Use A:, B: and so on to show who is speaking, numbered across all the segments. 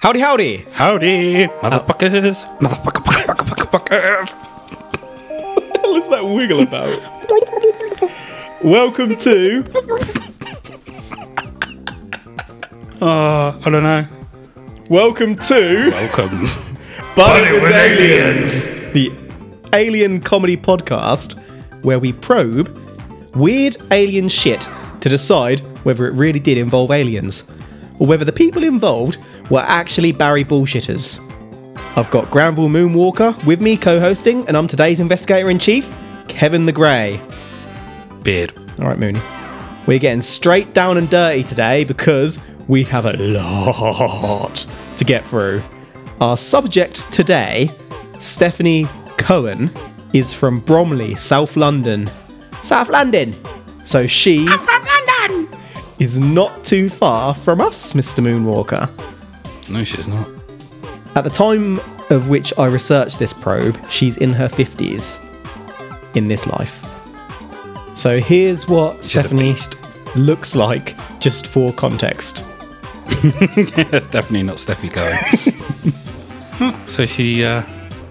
A: Howdy, howdy.
B: Howdy, motherfuckers, motherfucker, fucker, fucker, fucker,
A: What's that wiggle about? Welcome to.
B: fucker. Oh, I don't know.
A: Welcome to.
B: Welcome.
A: But it was aliens. The alien comedy podcast where we probe weird alien shit to decide whether it really did involve aliens or whether the people involved were actually Barry bullshitters. I've got Granville Moonwalker with me co-hosting, and I'm today's investigator in chief, Kevin the Grey.
B: Beard.
A: All right, Mooney. We're getting straight down and dirty today because we have a lot to get through. Our subject today, Stephanie Cohen, is from Bromley, South London. South London! So she is not too far from us, Mr. Moonwalker.
B: No, she's not.
A: At the time of which I researched this probe, she's in her 50s in this life. So here's what Stephanie
B: beast.
A: looks like, just for context.
B: That's definitely not Steffi going. huh. So she, uh,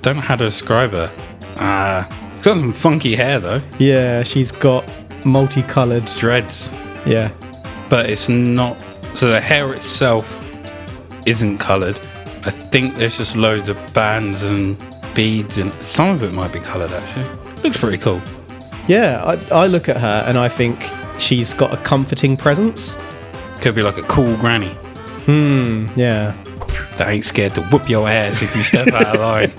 B: don't know how to describe her. Uh, she's got some funky hair though,
A: Yeah, she's got multicolored.
B: dreads,
A: Yeah.
B: but it's not. So the hair itself isn't coloured. I think there's just loads of bands and beads, and some of it might be coloured actually. Looks pretty cool.
A: Yeah, I, I look at her and I think she's got a comforting presence.
B: Could be like a cool granny.
A: Yeah.
B: that ain't scared to whoop your ass if you step out of line.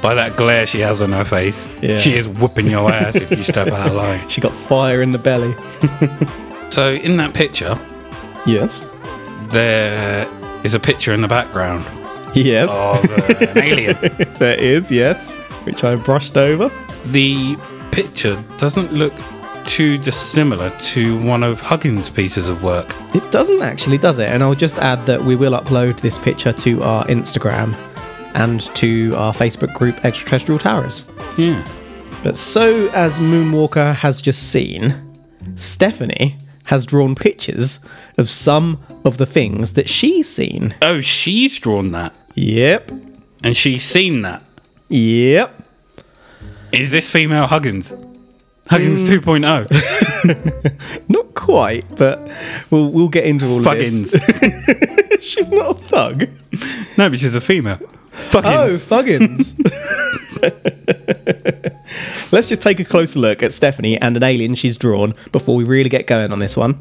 B: By that glare she has on her face,
A: Yeah.
B: she is whooping your ass if you step out of line.
A: She got fire in the belly.
B: So in that picture,
A: Yes.
B: there is a picture in the background
A: Yes.
B: of uh, an alien.
A: There is, yes. Which I brushed over.
B: The picture doesn't look too dissimilar to one of Huggins' pieces of work.
A: It doesn't actually, does it? And I'll just add that we will upload this picture to our Instagram and to our Facebook group Extraterrestrial Towers.
B: Yeah.
A: But so as Moonwalker has just seen, Stephanie has drawn pictures of some of the things that she's seen.
B: Oh, she's drawn that,
A: Yep.
B: and she's seen that.
A: Yep.
B: Is this female Huggins? Huggins oh. 2.0.
A: Not quite, but we'll we'll get into all of
B: Fuggins.
A: this. She's not a thug.
B: no, but she's a female.
A: Oh,
B: Fuggins.
A: thuggins. Oh, Let's just take a closer look at Stephanie and an alien she's drawn before we really get going on this one.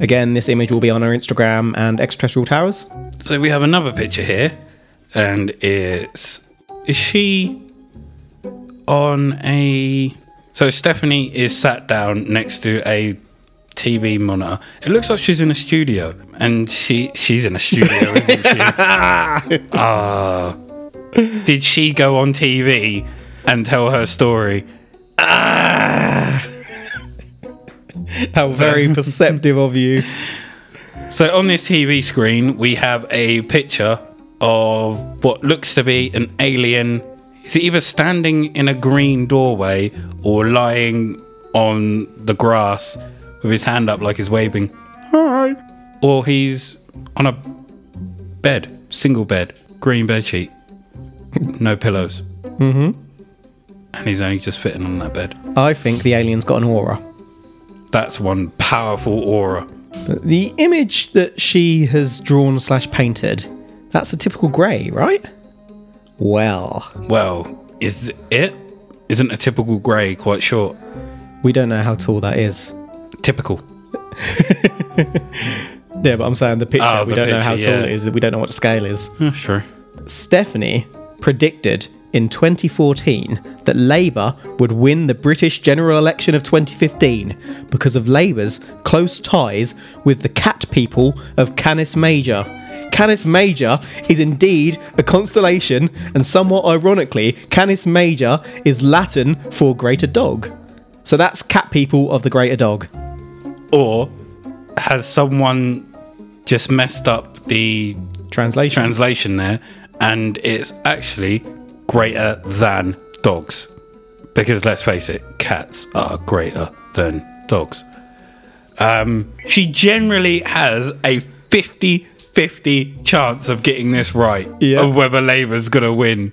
A: Again, this image will be on our Instagram and Extraterrestrial Towers.
B: So we have another picture here, and it's is she on a? So Stephanie is sat down next to a TV monitor. It looks like she's in a studio, and she she's in a studio, isn't she? Ah, did she go on TV and tell her story?
A: How very perceptive of you.
B: So on this TV screen, we have a picture of what looks to be an alien. Is either standing in a green doorway or lying on the grass with his hand up like he's waving? Hi. Or he's on a bed, single bed, green bed sheet, no pillows. Mm-hmm. And he's only just fitting on that bed.
A: I think the alien's got an aura.
B: That's one powerful aura.
A: But the image that she has drawn slash painted, that's a typical grey, right? Well,
B: Well, is it? Isn't a typical grey quite short?
A: we don't know how tall that is.
B: Typical.
A: Yeah, but I'm saying the picture,
B: Oh,
A: we
B: the
A: don't know how
B: picture,
A: tall
B: yeah.
A: it is, we don't know what the scale is.
B: That's true.
A: Stephanie predicted in 2014 that Labour would win the British general election of 2015 because of Labour's close ties with the cat people of Canis Major. Canis Major is indeed a constellation, and somewhat ironically, Canis Major is Latin for greater dog. So that's cat people of the greater dog.
B: Or has someone just messed up the
A: Translation.
B: translation there and it's actually greater than dogs? Because let's face it, cats are greater than dogs. Um, she generally has a 50 50 chance of getting this right
A: Yeah.
B: of whether Labour's going to win.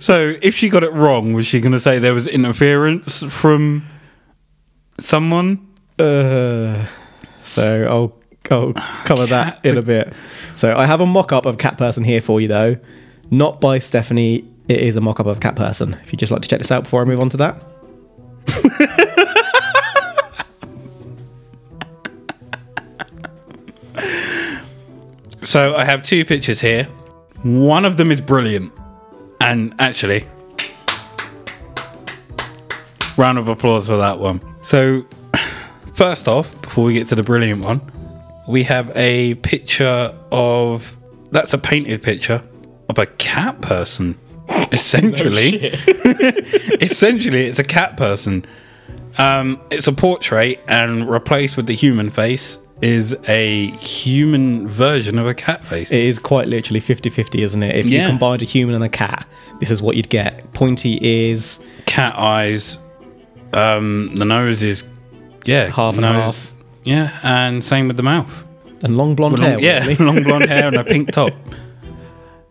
B: so if she got it wrong, was she going to say there was interference from someone?
A: Uh, so I'll, I'll cover that in a bit. So I have a mock up of Cat Person here for you, though. Not by Stephanie. It is a mock up of Cat Person. If you'd just like to check this out before I move on to that.
B: So I have two pictures here. One of them is brilliant. And actually, round of applause for that one. So, first off, before we get to the brilliant one, we have a picture of that's a painted picture of a cat person. Essentially, essentially, it's a cat person. Um, it's a portrait, and replaced with the human face is a human version of a cat face.
A: It is quite literally 50 50, isn't it? If
B: Yeah.
A: you combined a human and a cat, this is what you'd get. Pointy ears,
B: cat eyes. Um, the nose is yeah,
A: Half and
B: nose,
A: half.
B: Yeah, and same with the mouth.
A: and long blonde
B: Long,
A: hair.
B: yeah,
A: weirdly.
B: long blonde hair and a pink top.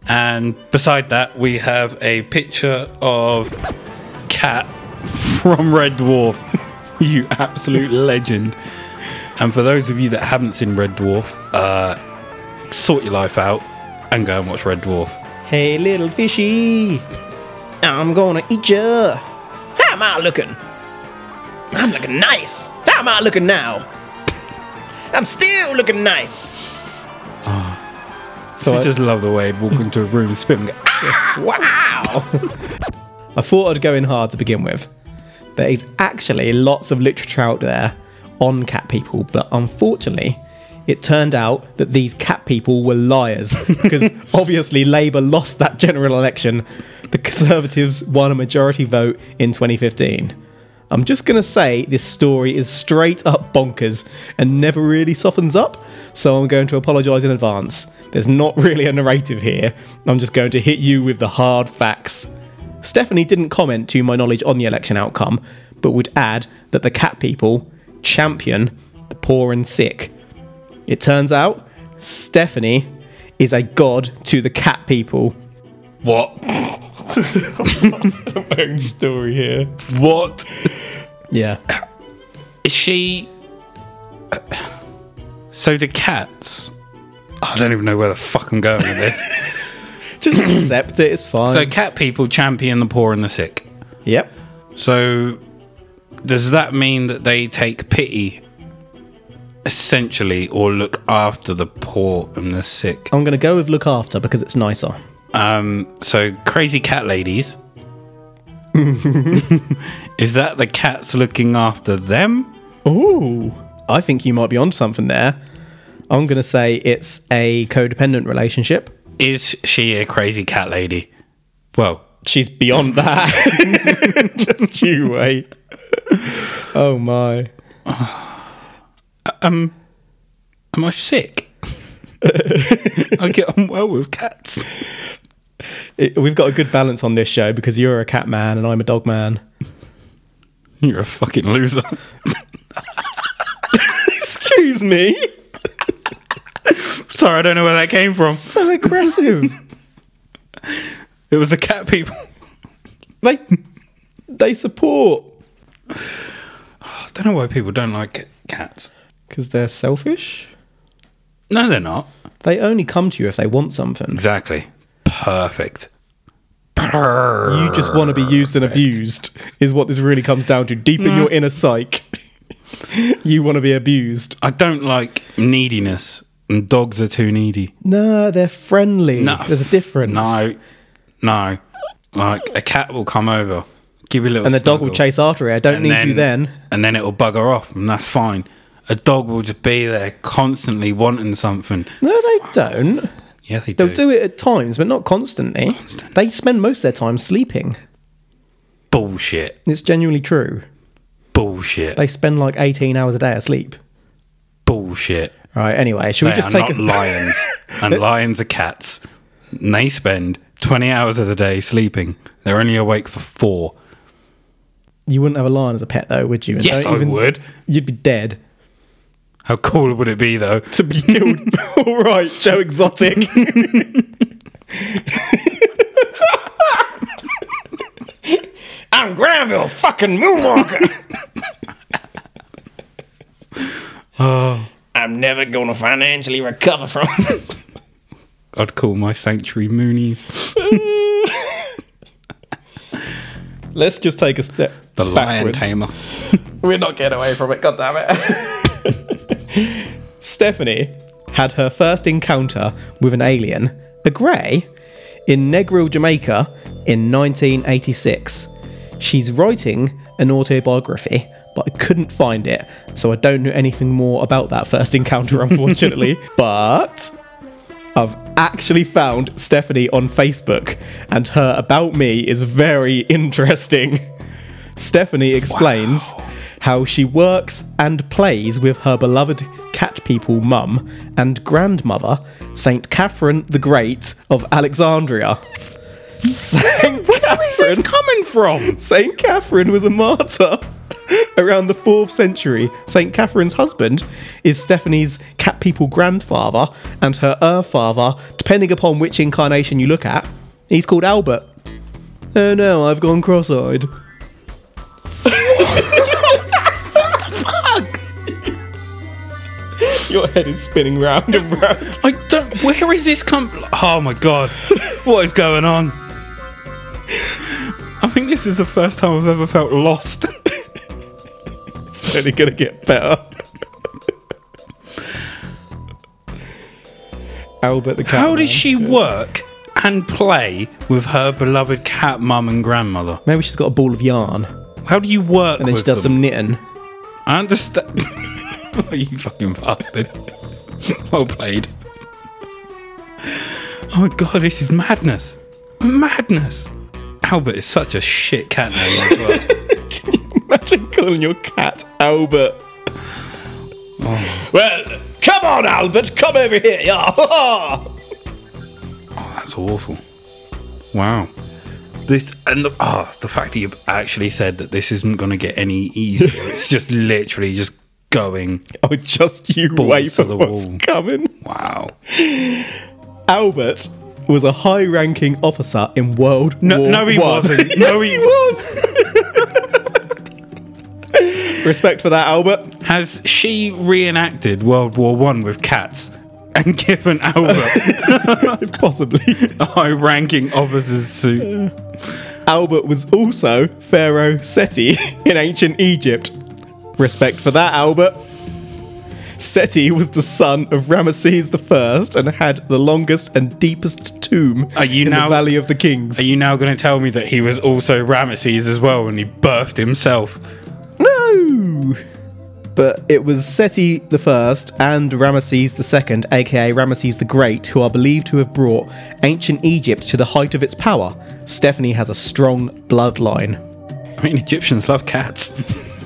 B: And beside that, we have a picture of Cat from Red Dwarf. you absolute legend. And for those of you that haven't seen Red Dwarf, uh, sort your life out and go and watch Red Dwarf.
A: Hey, little fishy, I'm gonna eat ya. How am I looking? I'm looking nice. How am I looking now? I'm still looking nice. So
B: So I
A: I-
B: just love the way he'd walk into a room spinning.
A: Wow! I thought I'd go in hard to begin with. There is actually lots of literature out there on cat people, but unfortunately, it turned out that these cat people were liars because obviously Labour lost that general election. The Conservatives won a majority vote in 2015. I'm just going to say this story is straight up bonkers and never really softens up, so I'm going to apologise in advance. There's not really a narrative here, I'm just going to hit you with the hard facts. Stephanie didn't comment to my knowledge on the election outcome, but would add that the cat people champion the poor and sick. It turns out Stephanie is a god to the cat people.
B: What?
A: Own story here.
B: What?
A: Yeah.
B: Is she? uh, So the cats. I don't even know where the fuck I'm going with this.
A: Just accept it, it's fine.
B: so cat people champion the poor and the sick.
A: yep.
B: So does that mean that they take pity, essentially, or look after the poor and the sick?
A: I'm going to go with look after because it's nicer.
B: Um. So crazy cat ladies. Is that the cats looking after them?
A: Ooh. I think you might be on something there. I'm going to say it's a codependent relationship.
B: Is she a crazy cat lady? Well,
A: She's beyond that. Just you wait. Oh my.
B: Am I sick? I get on well with cats.
A: It- we've got a good balance on this show because you're a cat man and I'm a dog man.
B: You're a fucking loser.
A: Excuse me.
B: Sorry, I don't know where that came from.
A: So aggressive.
B: It was the cat people.
A: they they support
B: I don't know why people don't like ca- cats.
A: because they're selfish.
B: No, they're not.
A: They only come to you if they want something.
B: Exactly. Perfect. Purr.
A: You just want to be used and abused is what this really comes down to. Deep in your inner psyche, you want to be abused.
B: I don't like neediness, and dogs are too needy.
A: No, they're friendly. There's a difference.
B: No, no. Like a cat will come over, give you a little,
A: And the dog will
B: snuggle.
A: chase after it. I don't
B: and
A: need you then.
B: And then it'll bugger off, and that's fine. A dog will just be there constantly wanting something.
A: No, they don't.
B: Yeah, they
A: They'll
B: do.
A: do it at times, but not constantly. They spend most of their time sleeping.
B: Bullshit.
A: It's genuinely true.
B: Bullshit.
A: They spend like 18 hours a day asleep.
B: Bullshit.
A: Right, anyway, should
B: They
A: we just
B: are
A: take
B: not
A: a...
B: lions, and lions are cats. And they spend 20 hours of the day sleeping. They're only awake for four.
A: You wouldn't have a lion as a pet, though, would you? And
B: Yes,
A: don't
B: I would.
A: You'd be dead.
B: How cool would it be though?
A: to be killed. All right, Joe Exotic. I'm Granville fucking Moonwalker. I'm never gonna financially recover from this.
B: I'd call my sanctuary Moonies.
A: Let's just take a step.
B: The lion
A: backwards.
B: tamer.
A: We're not getting away from it, god damn it. Stephanie had her first encounter with an alien, a grey, in Negril, Jamaica in 1986. She's writing an autobiography, but I couldn't find it, so I don't know anything more about that first encounter, unfortunately. but I've actually found Stephanie on Facebook, and her About Me is very interesting. Stephanie explains how she works and plays with her beloved cat people mum and grandmother, St. Catherine the Great of Alexandria. St.
B: Where's
A: Catherine,
B: this coming from?
A: St. Catherine was a martyr. Around the 4th century, St. Catherine's husband is Stephanie's cat people grandfather and her er father, depending upon which incarnation you look at. He's called Albert. Oh no, I've gone cross eyed.
B: Fuck!
A: Your head is spinning round and round.
B: I don't. Where is this come? Oh my god! What is going on? I think this is the first time I've ever felt lost.
A: It's only gonna get better. Albert the cat.
B: How
A: man.
B: does she work and play with her beloved cat mum and grandmother?
A: Maybe she's got a ball of yarn,
B: How do you work
A: and then she
B: with
A: does
B: them?
A: some knitting.
B: I understand. you fucking bastard. well played. Oh my god, this is madness. Madness. Albert is such a shit cat name as well.
A: Imagine calling your cat Albert. Well, come on, Albert, come over here, Oh, yeah.
B: That's awful. Wow. This and the, ah, the fact that you've actually said that this isn't going to get any easier. it's just literally just going.
A: oh, just you wait
B: to
A: for
B: the
A: what's
B: wall.
A: coming.
B: Wow.
A: Albert was a high-ranking officer in World
B: No-
A: War
B: no, he
A: One. yes,
B: wasn't. No,
A: he,
B: he-
A: was. Respect for that, Albert.
B: Has she reenacted World War One with cats and given Albert
A: Possibly.
B: a high-ranking officer's suit?
A: Albert was also Pharaoh Seti in ancient Egypt. Respect for that, Albert. Seti was the son of Ramesses I and had the longest and deepest tomb
B: Are you
A: in
B: now-
A: the Valley of the Kings.
B: Are you now going to tell me that he was also Ramesses as well, and he birthed himself?
A: No! But it was Seti the First and Ramesses the Second, aka Ramesses the Great, who are believed to have brought ancient Egypt to the height of its power. Stephanie has a strong bloodline.
B: I mean, Egyptians love cats.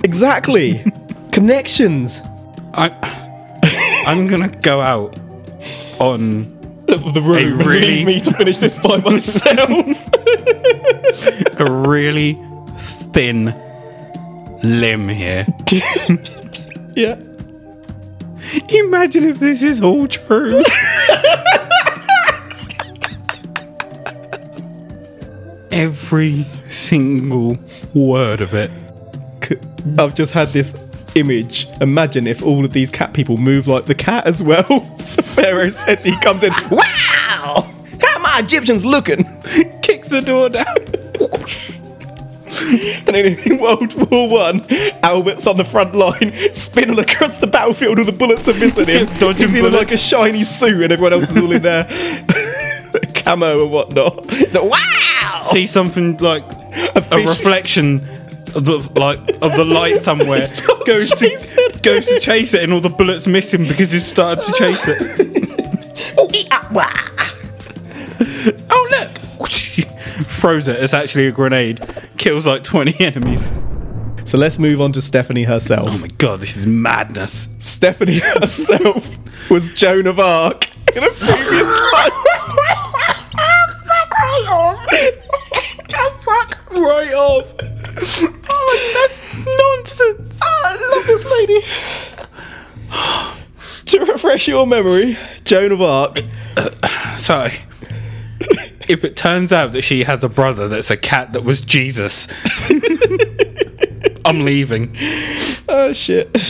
A: Exactly! Connections!
B: I, I'm going to go out on
A: of the room
B: They
A: and
B: really-
A: leave me to finish this by myself.
B: a really thin limb here.
A: yeah.
B: Imagine if this is all true. Every single word of it.
A: C- I've just had this image. Imagine if all of these cat people move like the cat as well. so Pharaoh said he comes in. Wow! How are my Egyptians looking?
B: Kicks the door down.
A: And then in World War One, Albert's on the front line, spinning across the battlefield, all the bullets are missing him.
B: Dodging
A: He's in like
B: bullets.
A: a shiny suit, and everyone else is all in their camo and whatnot. It's like, wow!
B: See something like
A: A
B: a
A: fish-
B: reflection of the, like of the light somewhere.
A: Stop
B: goes
A: chasing
B: to
A: it.
B: goes to chase it and all the bullets miss him because he started to chase it. oh look! Throws it. It's actually a grenade. Kills like twenty enemies.
A: So let's move on to Stephanie herself.
B: Oh my god, this is madness.
A: Stephanie herself was Joan of Arc in a previous life.
B: Fuck right off. Oh, that's nonsense.
A: I love this lady. refresh your memory, Joan of Arc.
B: So, if it turns out that she has a brother that's a cat that was Jesus, I'm leaving.
A: Oh shit.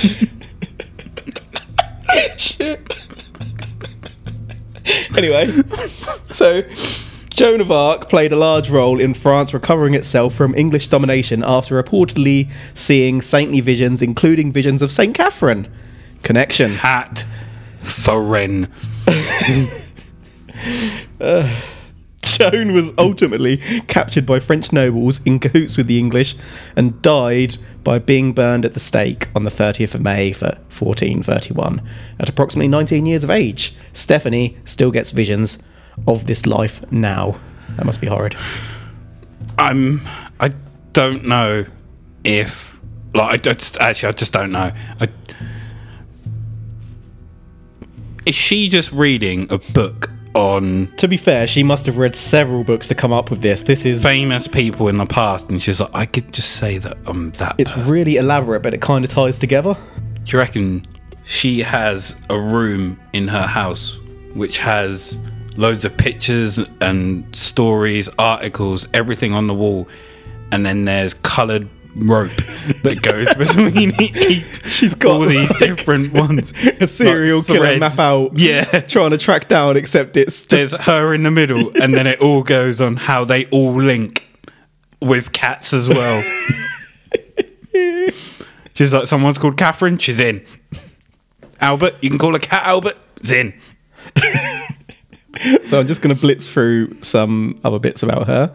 A: shit. anyway, so Joan of Arc played a large role in France recovering itself from English domination after reportedly seeing saintly visions, including visions of Saint Catherine. Connection.
B: At Thorin.
A: Joan was ultimately captured by French nobles in cahoots with the English and died by being burned at the stake on the 30th of May for 1431 at approximately 19 years of age. Stephanie still gets visions of this life now. That must be horrid.
B: I'm. I don't know if. Like, I just, actually, I just don't know. I, is she just reading a book on
A: To be fair, she must have read several books to come up with this. This is
B: famous people in the past? And she's like, I could just say that I'm that.
A: it's
B: person.
A: really elaborate, but it kind of ties together.
B: Do you reckon she has a room in her house which has loads of pictures and stories, articles, everything on the wall, and then there's coloured rope that goes between each,
A: She's got
B: all these
A: like,
B: different ones.
A: A serial
B: like
A: killer
B: threads.
A: map out,
B: Yeah.
A: trying to track down, except it's just
B: There's her in the middle, and then it all goes on how they all link with cats as well. She's like, someone's called Catherine, she's in. Albert, you can call a cat Albert, it's in.
A: So I'm just going to blitz through some other bits about her.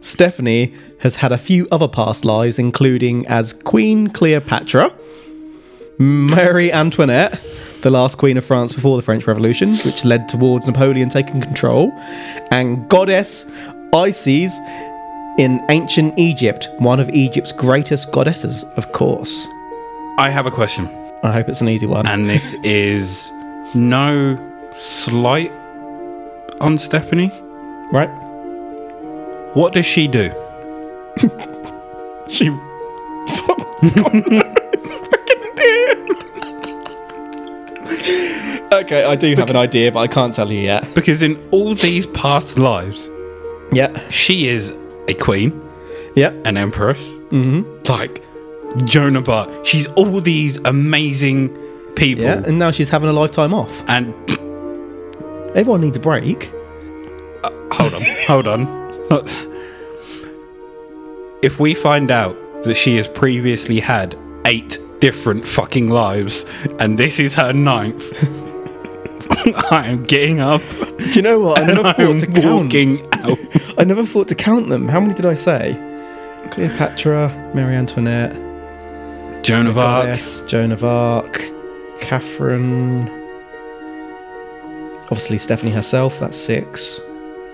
A: Stephanie has had a few other past lives, including as Queen Cleopatra, Mary Antoinette, the last Queen of France before the French Revolution, which led towards Napoleon taking control, and Goddess Isis in ancient Egypt, one of Egypt's greatest goddesses, of course.
B: I have a question,
A: I hope it's an easy one.
B: and this is no slight on Stephanie.
A: Right?
B: What does she do?
A: She. okay, I do have an idea, but I can't tell you yet.
B: Because in all these past lives,
A: Yep.
B: she is a queen,
A: Yep.
B: an empress, mm-hmm. like Joan of Arc. She's all these amazing people,
A: Yeah, and now she's having a lifetime off.
B: and
A: Everyone needs a break.
B: hold on, hold on. If we find out that she has previously had eight different fucking lives and this is her ninth, I am getting up
A: Do you know what? I
B: and
A: never
B: I
A: thought
B: am
A: to count.
B: walking out.
A: I never thought to count them. How many did I say? Cleopatra, Mary Antoinette,
B: Joan
A: Oh,
B: of Arc.
A: Goddess, Joan of Arc, Catherine. Obviously, Stephanie herself. That's six.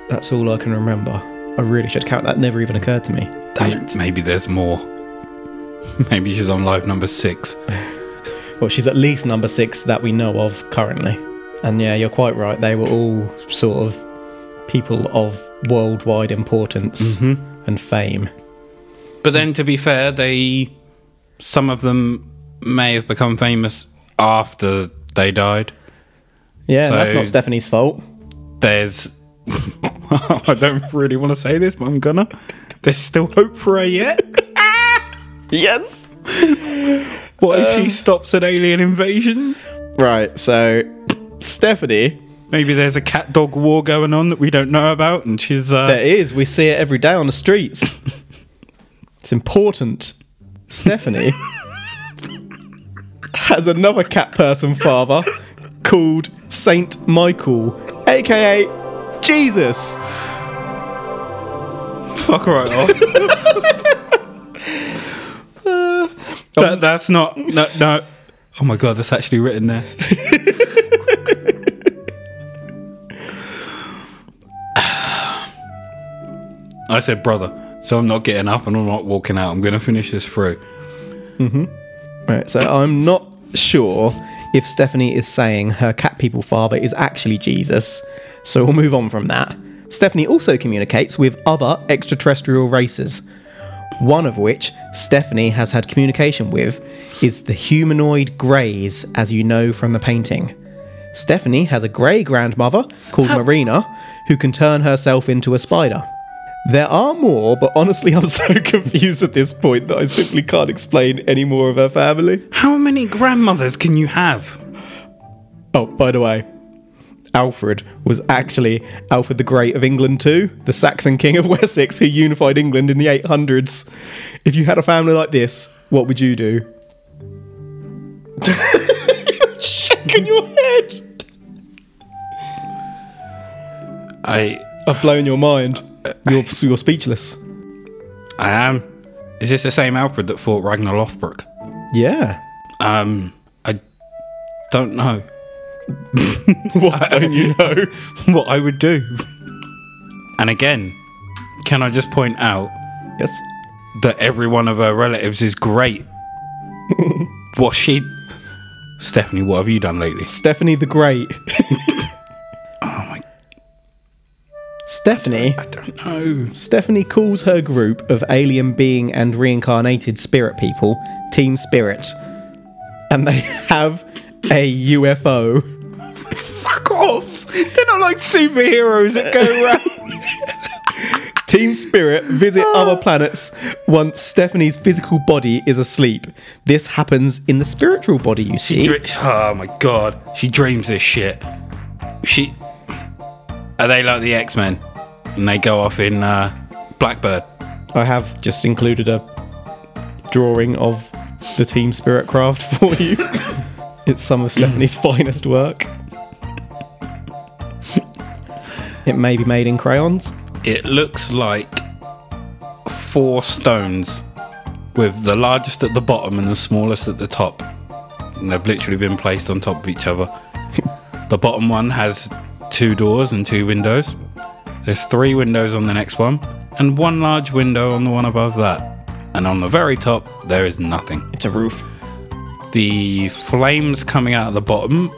A: That's all I can remember. I really should count. That never even occurred to me.
B: Maybe there's more. Maybe she's on live number six.
A: Well, she's at least number six that we know of currently. And yeah, you're quite right. They were all sort of people of worldwide importance and fame.
B: But then, to be fair, they some of them may have become famous after they died.
A: Yeah, that's
B: So-
A: not Stephanie's fault.
B: There's, I don't really want to say this, but I'm gonna. There's still hope for her yet.
A: Yes.
B: What if she stops an alien invasion?
A: Right. So, Stephanie.
B: Maybe there's a cat dog war going on that we don't know about, and she's uh,
A: There is. We see it every day on the streets. it's important. Stephanie has another cat person father called Saint Michael, aka Jesus.
B: fuck right off. that, that's not no no. Oh my god, that's actually written there. I said brother, so I'm not getting up and I'm not walking out. I'm gonna finish this through.
A: Right, so I'm not sure if Stephanie is saying her cat people father is actually Jesus, so we'll move on from that. Stephanie also communicates with other extraterrestrial races, one of which Stephanie has had communication with is the humanoid greys, as you know from the painting. Stephanie has a grey grandmother called Marina who can turn herself into a spider. There are more, but honestly, I'm so confused at this point that I simply can't explain any more of her family.
B: How many grandmothers can you have?
A: Oh, by the way, Alfred was actually Alfred the Great of England too, the Saxon king of Wessex who unified England in the 800s. If you had a family like this, what would you do? You're shaking your head.
B: I
A: I've blown your mind. You're, you're speechless.
B: I am. Is this the same Alfred that fought Ragnar Lothbrok?
A: Yeah.
B: Um, I don't know
A: What don't you know?
B: what I would do. And again, can I just point out
A: Yes.
B: that every one of her relatives is great? what she, Stephanie? What have you done lately?
A: Stephanie the Great.
B: Oh my,
A: Stephanie
B: I don't know.
A: Stephanie calls her group of alien being and reincarnated spirit people Team Spirit, and they have a UFO.
B: Fuck off! They're not like superheroes that go around.
A: Team Spirit visit
B: Ah.
A: other planets once Stephanie's physical body is asleep. This happens in the spiritual body, you see.
B: oh my god, she dreams this shit. She are they like the X Men, and they go off in uh, Blackbird.
A: I have just included a drawing of the Team Spirit craft for you. it's some of Stephanie's finest work. It may be made in crayons.
B: It looks like four stones with the largest at the bottom and the smallest at the top. And they've literally been placed on top of each other. the bottom one has two doors and two windows. There's three windows on the next one, and one large window on the one above that. And on the very top, there is nothing.
A: It's a roof.
B: The flames coming out of the bottom,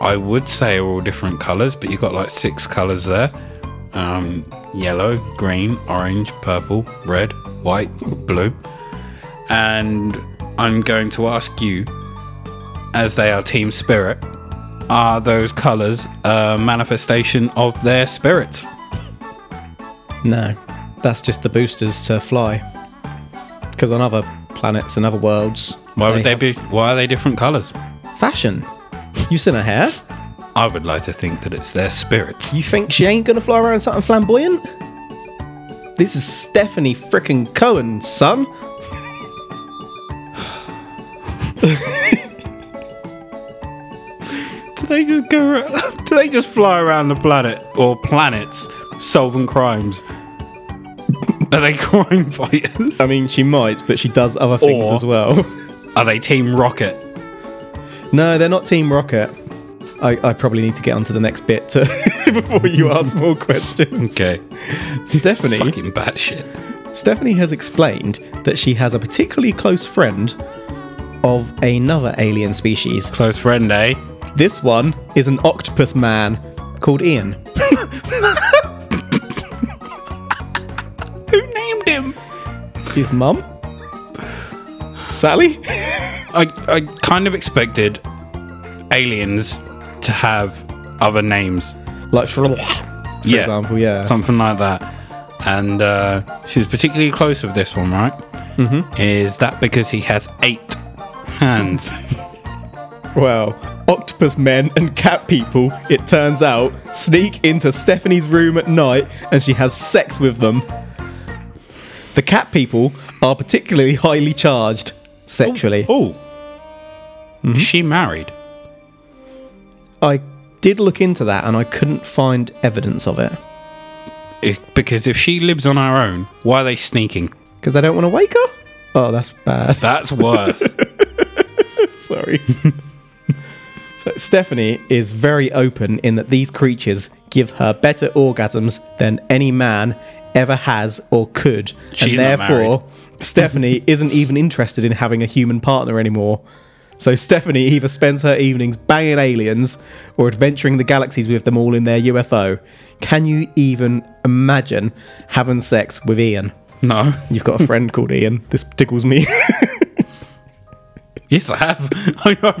B: I would say, are all different colours, but you've got like six colours there um, yellow, green, orange, purple, red, white, blue. And I'm going to ask you, as they are Team Spirit, are those colours a manifestation of their spirits?
A: No, that's just the boosters to fly. Because on other planets and other worlds,
B: Why would they be? Why are they different colours?
A: fashion? You seen her hair?
B: I would like to think that it's their spirits.
A: You think she ain't gonna fly around in something flamboyant? This is Stephanie frickin' Cohen, son.
B: Do they just go? ar- Do they just fly around the planet or planets solving crimes? Are they crime fighters?
A: I mean, she might, but she does other things
B: Or-
A: as well.
B: Are they Team Rocket?
A: No, they're not Team Rocket. I, I probably need to get onto the next bit to, before you ask more questions.
B: Okay,
A: Stephanie.
B: fucking batshit.
A: Stephanie has explained that she has a particularly close friend of another alien species.
B: Close friend, eh?
A: This one is an octopus man called Ian.
B: Who named him?
A: His mum? Sally?
B: I I kind of expected aliens to have other names,
A: Like, for example, yeah.
B: something like that. And uh, she was particularly close with this one, right? Mm-hmm. Is that because he has eight hands?
A: Well, octopus men and cat people, it turns out, sneak into Stephanie's room at night and she has sex with them. The cat people are particularly highly charged sexually.
B: Oh. Is she married?
A: I did look into that and I couldn't find evidence of it
B: If, because if she lives on her own, why are they sneaking?
A: because I don't want to wake her. Oh, that's bad.
B: That's worse.
A: Sorry. so Stephanie is very open in that these creatures give her better orgasms than any man ever has or could,
B: She's
A: and
B: not
A: therefore Stephanie isn't even interested in having a human partner anymore. So Stephanie either spends her evenings banging aliens or adventuring the galaxies with them all in their UFO. Can you even imagine having sex with Ian?
B: no.
A: You've got a friend called Ian. This tickles me.
B: Yes, I have.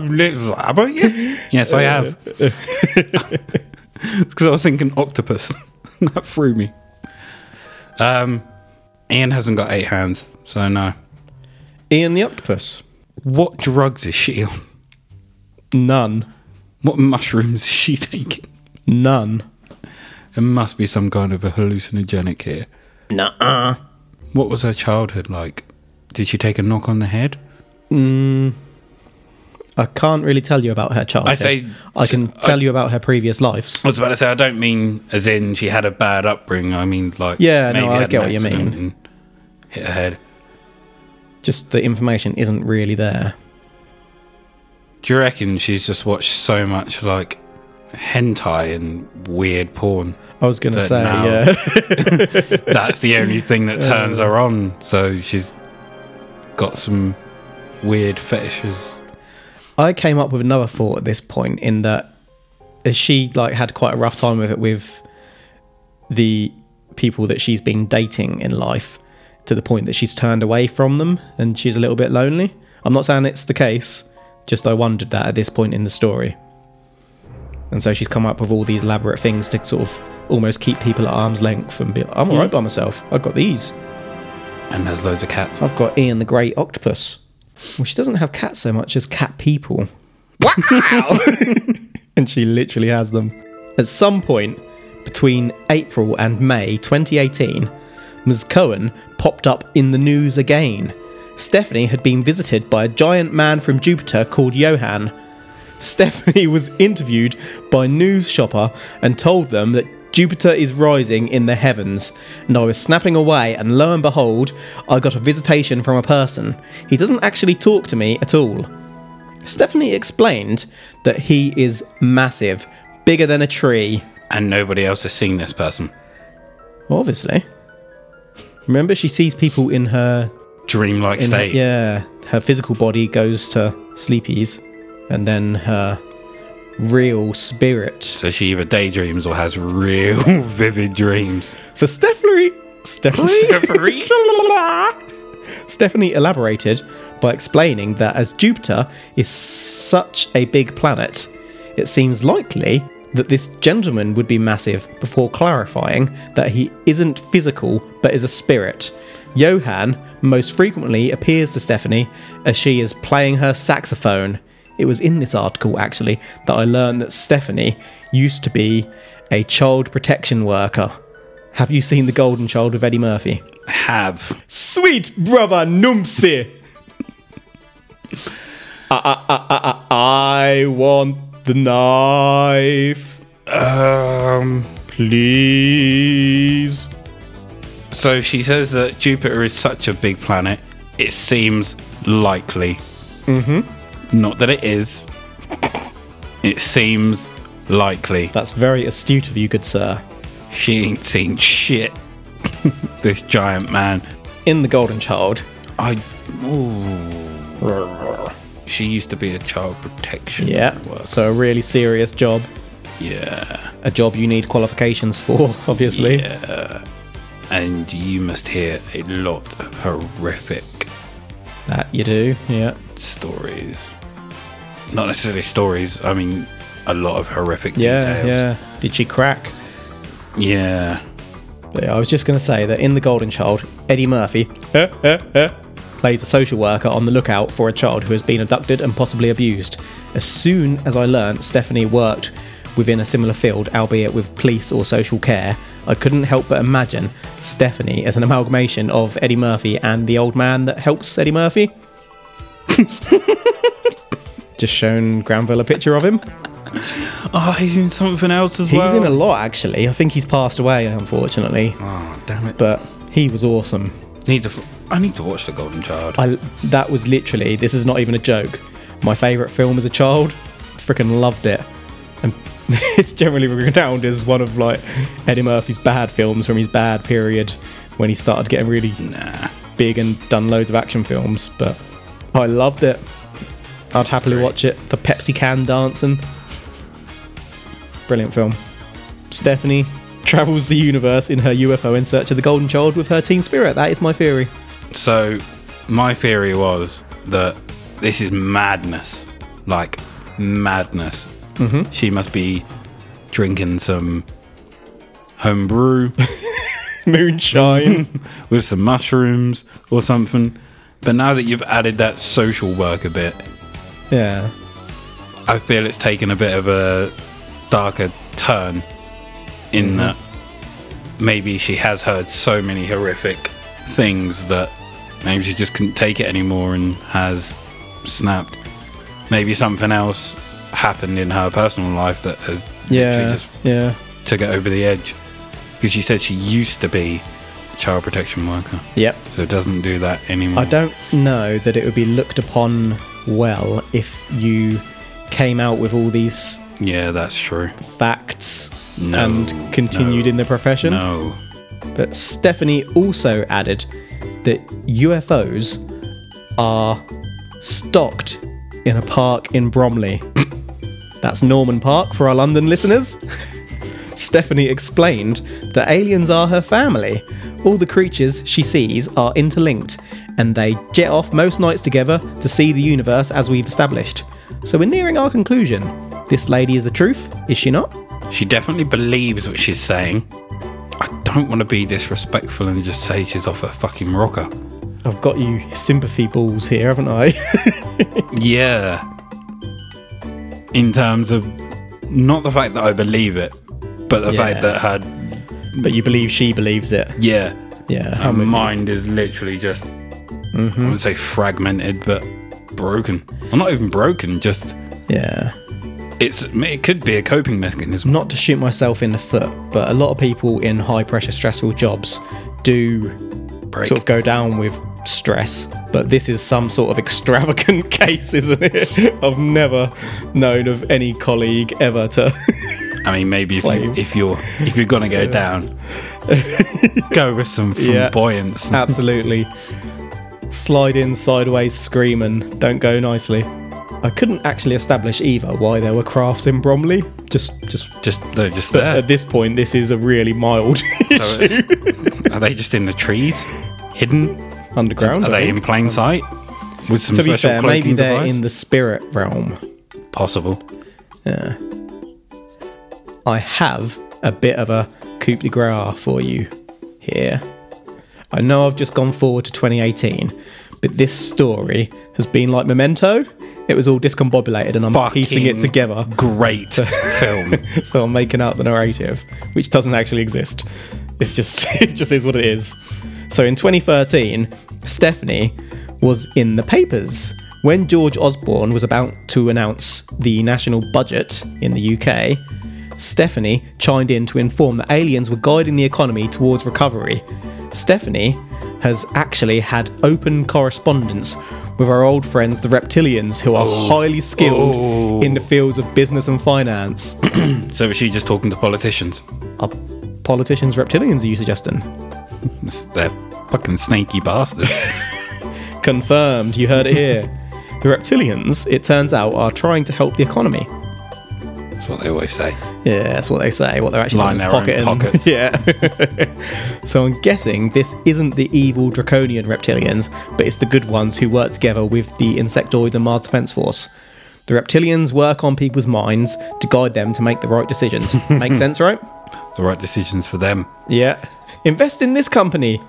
B: I'm literally like, have I? Yes, yes, I have. Because I was thinking octopus. that threw me. Um, Ian hasn't got eight hands, so no.
A: Ian the octopus.
B: What drugs is she on?
A: None.
B: What mushrooms is she taking?
A: None.
B: There must be some kind of a hallucinogenic here.
A: Nuh-uh.
B: What was her childhood like? Did she take a knock on the head?
A: I can't really tell you about her childhood.
B: say-
A: I can tell you about her previous lives.
B: I was about to say, I don't mean as in she had a bad upbringing. I mean, like,
A: Yeah, no, I
B: had
A: get
B: an
A: what you
B: accident
A: mean.
B: and Hit her head.
A: Just the information isn't really there.
B: Do you reckon she's just watched so much like hentai and weird porn?
A: I was gonna
B: Don't
A: say,
B: know.
A: yeah,
B: That's the only thing that turns her on. So she's got some weird fetishes.
A: I came up with another thought at this point in that she like had quite a rough time with it with the people that she's been dating in life to the point that she's turned away from them and she's a little bit lonely. I'm not saying it's the case, just I wondered that at this point in the story. And so she's come up with all these elaborate things to sort of almost keep people at arm's length and be I'm alright by myself. I've got these.
B: And has loads of cats.
A: I've got Ian the Great Octopus. Well, she doesn't have cats so much as cat people. Wow! and she literally has them. At some point between April and May 2018, Ms. Cohen popped up in the news again. Stephanie had been visited by a giant man from Jupiter called Johan. Stephanie was interviewed by News Shopper and told them that Jupiter is rising in the heavens. And I was snapping away, and lo and behold, I got a visitation from a person. He doesn't actually talk to me at all. Stephanie explained that he is massive, bigger than a tree.
B: And nobody else has seen this person.
A: Obviously. Remember, she sees people in her
B: Dreamlike
A: in her-
B: state.
A: yeah, her physical body goes to sleepies, and then her real spirit.
B: So she either daydreams or has real vivid dreams.
A: So Stephanie, Stephanie,
B: Stephanie?
A: Stephanie elaborated by explaining that as Jupiter is such a big planet, it seems likely that this gentleman would be massive before clarifying that he isn't physical but is a spirit. Johan most frequently appears to Stephanie as she is playing her saxophone. It was in this article, actually, that I learned that Stephanie used to be a child protection worker. Have you seen The Golden Child with Eddie Murphy?
B: Have.
A: Sweet brother Numsi. Ah, I want the knife,
B: Um.
A: please.
B: So she says that Jupiter is such a big planet, it seems likely. Mm-hmm.
A: Mm-hmm.
B: Not that it is. It seems likely.
A: That's very astute of you, good sir.
B: She ain't seen shit. this giant man.
A: In The Golden Child.
B: I. Ooh. She used to be a child protection.
A: Yeah,
B: worker.
A: so a really serious job.
B: Yeah.
A: A job you need qualifications for, obviously.
B: And you must hear a lot of horrific
A: That you do, yeah.
B: stories. Not necessarily stories. I mean, a lot of horrific
A: Yeah,
B: details.
A: yeah. Did she crack?
B: Yeah.
A: But yeah, I was just going to say that in The Golden Child, Eddie Murphy eh, eh, eh, plays a social worker on the lookout for a child who has been abducted and possibly abused. As soon as I learned Stephanie worked within a similar field, albeit with police or social care, I couldn't help but imagine Stephanie as an amalgamation of Eddie Murphy and the old man that helps Eddie Murphy. just shown Granville a picture of him.
B: Oh, he's in something else as
A: He's
B: well.
A: in a lot, actually. I think he's passed away, unfortunately.
B: oh, damn it!
A: But he was awesome.
B: need to. I need to watch The Golden Child.
A: I that was literally this is not even a joke. My favourite film as a child, freaking loved it, and it's generally renowned as one of like Eddie Murphy's bad films from his bad period when he started getting really
B: nah.
A: big and done loads of action films. But I loved it. I'd happily watch it. The Pepsi can dancing, brilliant film. Stephanie travels the universe in her UFO in search of the golden child with her team spirit. That is my theory.
B: So, my theory was that this is madness. Like, madness.
A: Mm-hmm.
B: She must be drinking some homebrew
A: Moonshine.
B: with some mushrooms or something. But now that you've added that social work a bit,
A: yeah.
B: I feel it's taken a bit of a darker turn in
A: Mm-hmm.
B: that maybe she has heard so many horrific things that maybe she just couldn't take it anymore and has snapped. Maybe something else happened in her personal life that has literally
A: Yeah.
B: just
A: yeah.
B: took it over the edge. Because she said she used to be a child protection worker.
A: Yep.
B: So it doesn't do that anymore.
A: I don't know that it would be looked upon well if you came out with all these
B: Yeah, that's true.
A: facts
B: No,
A: and continued
B: no,
A: in the profession.
B: No.
A: But Stephanie also added that UFOs are stocked in a park in Bromley. That's Norman Park for our London listeners. Stephanie explained that aliens are her family. All the creatures she sees are interlinked, and they jet off most nights together to see the universe as we've established. So we're nearing our conclusion. This lady is the truth, is she not?
B: She definitely believes what she's saying. I don't want to be disrespectful and just say she's off her fucking rocker.
A: I've got you sympathy balls here, haven't I?
B: Yeah. In terms of not the fact that I believe it, but the
A: Yeah.
B: fact that her
A: but you believe she believes it.
B: yeah,
A: Yeah,
B: her
A: I'm with you. Mm-hmm.
B: mind is literally just I wouldn't say fragmented, but broken. Well, not even broken. Just
A: yeah.
B: it's it could be a coping mechanism.
A: Not to shoot myself in the foot, but a lot of people in high pressure, stressful jobs do
B: Break.
A: sort of go down with stress. But this is some sort of extravagant case, isn't it? I've never known of any colleague ever to.
B: I mean, maybe if, you,
A: Blame.
B: if you're if you're gonna go down, go with some
A: Yeah.
B: flamboyance.
A: Absolutely. Slide in sideways, screaming, don't go nicely. I couldn't actually establish either why there were crafts in Bromley. Just, just
B: Just they're just there.
A: at this point, this is a really mild
B: So it's- are they just in the trees, hidden?
A: underground.
B: Are
A: I
B: they
A: think.
B: in plain sight? With some
A: to be
B: special
A: fair, maybe
B: cloaking
A: they're
B: device?
A: in the spirit realm.
B: Possible.
A: Yeah. I have a bit of a coup de grace for you here. I know I've just gone forward to 2018, but this story has been like Memento. It was all discombobulated, and I'm piecing it
B: Fucking
A: together.
B: Great film.
A: so I'm making out the narrative, which doesn't actually exist. It's just it just is what it is. So in 2013, Stephanie was in the papers when George Osborne was about to announce the national budget in the UK. Stephanie chimed in to inform that aliens were guiding the economy towards recovery. Stephanie has actually had open correspondence with our old friends, the reptilians, who are highly skilled
B: Oh.
A: in the fields of business and finance.
B: So is she just talking to politicians?
A: Are politicians reptilians, are you suggesting?
B: They're fucking snaky bastards.
A: Confirmed, you heard it here. the reptilians, it turns out, are trying to help the economy.
B: That's what they always say.
A: Yeah, that's what they say. What they're actually
B: Line
A: doing is
B: their own
A: pocketing. yeah. so I'm guessing this isn't the evil draconian reptilians, but it's the good ones who work together with the insectoids and Mars Defense Force. The reptilians work on people's minds to guide them to make the right decisions. Makes sense, right?
B: The right decisions for them.
A: Yeah. Invest in this company.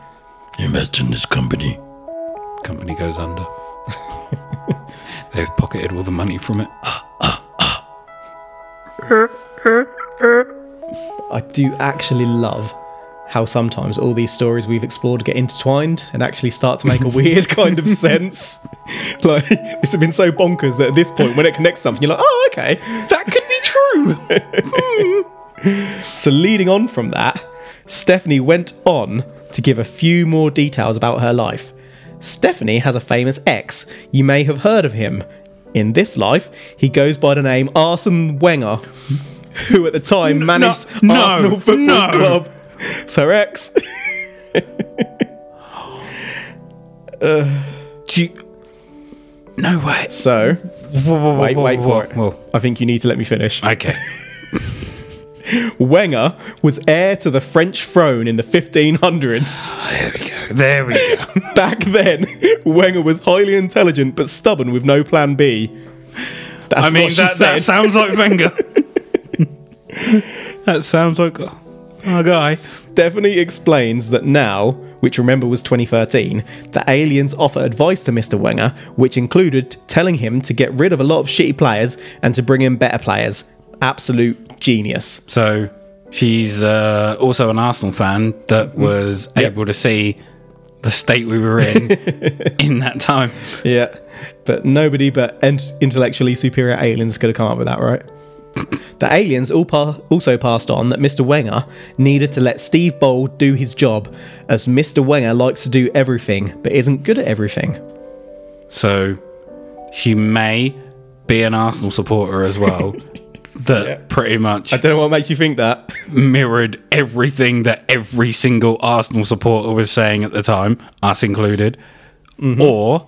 B: Invest in this company. Company goes under. They've pocketed all the money from it.
A: I do actually love how sometimes all these stories we've explored get intertwined and actually start to make a weird kind of sense. Like, it's been so bonkers that at this point, when it connects something, you're like, oh, okay, that could be true. Hmm. so, leading on from that, Stephanie went on to give a few more details about her life. Stephanie has a famous ex. You may have heard of him. In this life, he goes by the name Arsene Wenger, who at the time managed
B: no,
A: Arsenal Football
B: no.
A: Club. So her ex.
B: Do you... No way.
A: So
B: Whoa, whoa, whoa,
A: wait,
B: whoa,
A: wait
B: whoa,
A: for it.
B: whoa.
A: I think you need to let me finish.
B: Okay.
A: Wenger was heir to the French throne in the 1500s.
B: There we go. There we go.
A: Back then, Wenger was highly intelligent but stubborn with no plan B. That's
B: I mean,
A: what she
B: that,
A: said.
B: that sounds like Wenger. that sounds like our guy.
A: Stephanie explains that now, which remember was 2013, the aliens offer advice to Mr. Wenger, which included telling him to get rid of a lot of shitty players and to bring in better players. Absolute genius.
B: So she's uh, also an Arsenal fan that was able to see the state we were in in that time.
A: Yeah, but nobody but ent- intellectually superior aliens could have come up with that, right? The aliens all pa- also passed on that Mr. Wenger needed to let Steve Bold do his job, as Mr. Wenger likes to do everything but isn't good at everything.
B: So she may be an Arsenal supporter as well. That pretty much
A: I don't know what makes you think that.
B: mirrored everything that every single Arsenal supporter was saying at the time, us included. Or